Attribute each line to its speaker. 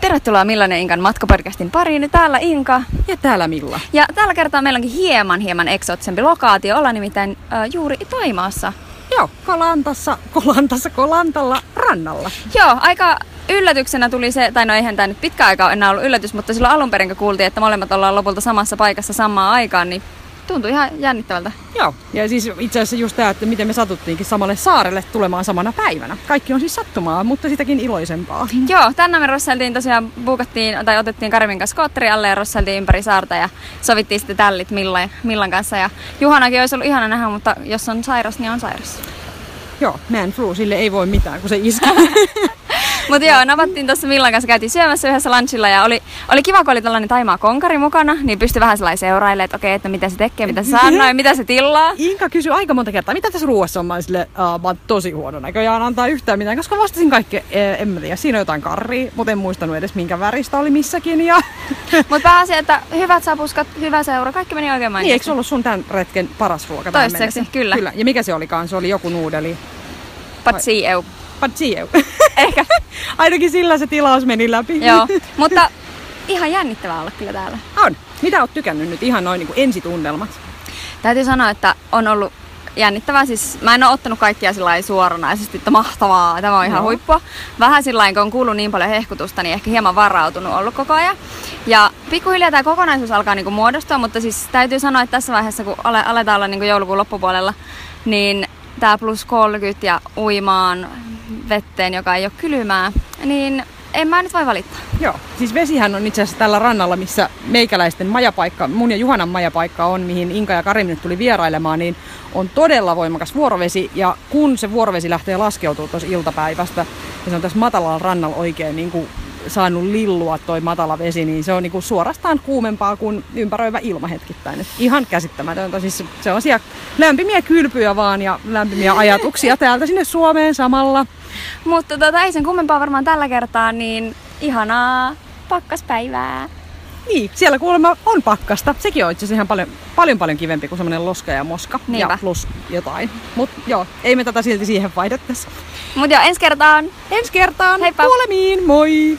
Speaker 1: Tervetuloa Millainen Inkan matkaparkastin pariin. Täällä Inka.
Speaker 2: Ja täällä Milla.
Speaker 1: Ja tällä kertaa meillä onkin hieman, hieman eksoottisempi lokaatio. Ollaan nimittäin äh, juuri Toimaassa.
Speaker 2: Joo, Kolantassa, Kolantassa, Kolantalla, rannalla.
Speaker 1: Joo, aika yllätyksenä tuli se, tai no eihän tämä nyt pitkä aika ole enää ollut yllätys, mutta silloin alun perin kun kuultiin, että molemmat ollaan lopulta samassa paikassa samaan aikaan, niin tuntui ihan jännittävältä.
Speaker 2: Joo, ja siis itse asiassa just tämä, että miten me satuttiinkin samalle saarelle tulemaan samana päivänä. Kaikki on siis sattumaa, mutta sitäkin iloisempaa.
Speaker 1: Joo, tänne me rosseltiin tosiaan, buukattiin, tai otettiin Karimin kanssa skootteri alle ja rosseltiin ympäri saarta ja sovittiin sitten tällit Millan, Millan kanssa. Ja Juhanakin olisi ollut ihana nähdä, mutta jos on sairas, niin on sairas.
Speaker 2: Joo, man flu, sille ei voi mitään, kun se iskee.
Speaker 1: Mutta joo, napattiin tuossa Millan kanssa, käytiin syömässä yhdessä lunchilla ja oli, oli kiva, kun oli tällainen Taimaa konkari mukana, niin pystyi vähän sellainen seurailemaan, että okei, että mitä se tekee, mitä se sanoo ja mitä se tilaa.
Speaker 2: Inka kysyi aika monta kertaa, mitä tässä ruoassa on, mä olin sille, uh, mä oon tosi huono näköjään antaa yhtään mitään, koska vastasin kaikkea, eh, en mä tiedä, siinä on jotain karria, mutta en muistanut edes minkä väristä oli missäkin. Ja...
Speaker 1: Mutta pääasia, että hyvät sapuskat, hyvä seura, kaikki meni oikein
Speaker 2: niin,
Speaker 1: mainiosti.
Speaker 2: eikö se ollut sun tämän retken paras ruoka? tähän
Speaker 1: Toistaiseksi,
Speaker 2: mennessä?
Speaker 1: kyllä.
Speaker 2: kyllä. Ja mikä se olikaan, se oli joku nuudeli.
Speaker 1: But see you.
Speaker 2: But see you.
Speaker 1: Ehkä,
Speaker 2: Ainakin sillä se tilaus meni läpi.
Speaker 1: joo. Mutta ihan jännittävää olla kyllä täällä.
Speaker 2: On. Mitä oot tykännyt nyt ihan noin niin kuin ensitunnelmat?
Speaker 1: Täytyy sanoa, että on ollut jännittävää. Siis mä en ole ottanut kaikkia sillä lailla suoranaisesti, että mahtavaa, tämä on ihan
Speaker 2: Joo.
Speaker 1: huippua. Vähän sillä lailla, kun on kuullut niin paljon hehkutusta, niin ehkä hieman varautunut ollut koko ajan. Ja pikkuhiljaa tämä kokonaisuus alkaa niinku muodostua, mutta siis täytyy sanoa, että tässä vaiheessa, kun ale, aletaan olla niinku joulukuun loppupuolella, niin tämä plus 30 ja uimaan vetteen, joka ei ole kylmää, niin en mä nyt voi valittaa.
Speaker 2: Joo. Siis vesihän on itse asiassa tällä rannalla, missä meikäläisten majapaikka, mun ja Juhanan majapaikka on, mihin Inka ja Karim nyt tuli vierailemaan, niin on todella voimakas vuorovesi. Ja kun se vuorovesi lähtee laskeutumaan tuossa iltapäivästä, ja se on tässä matalalla rannalla oikein niin kuin saanut lillua toi matala vesi, niin se on niin kuin suorastaan kuumempaa kuin ympäröivä ilma hetkittäin. Et ihan käsittämätöntä. Siis se on siellä lämpimiä kylpyjä vaan ja lämpimiä ajatuksia täältä sinne Suomeen samalla.
Speaker 1: Mutta tota, ei sen kummempaa varmaan tällä kertaa, niin ihanaa pakkaspäivää.
Speaker 2: Niin, siellä kuulemma on pakkasta. Sekin on itse asiassa ihan paljon, paljon, paljon kivempi kuin semmoinen loska ja moska.
Speaker 1: Niinpä.
Speaker 2: Ja plus jotain. Mut joo, ei me tätä silti siihen vaihdettaisi.
Speaker 1: Mutta joo, ensi kertaan!
Speaker 2: Ensi kertaan.
Speaker 1: Heippa.
Speaker 2: Kuulemiin. Moi.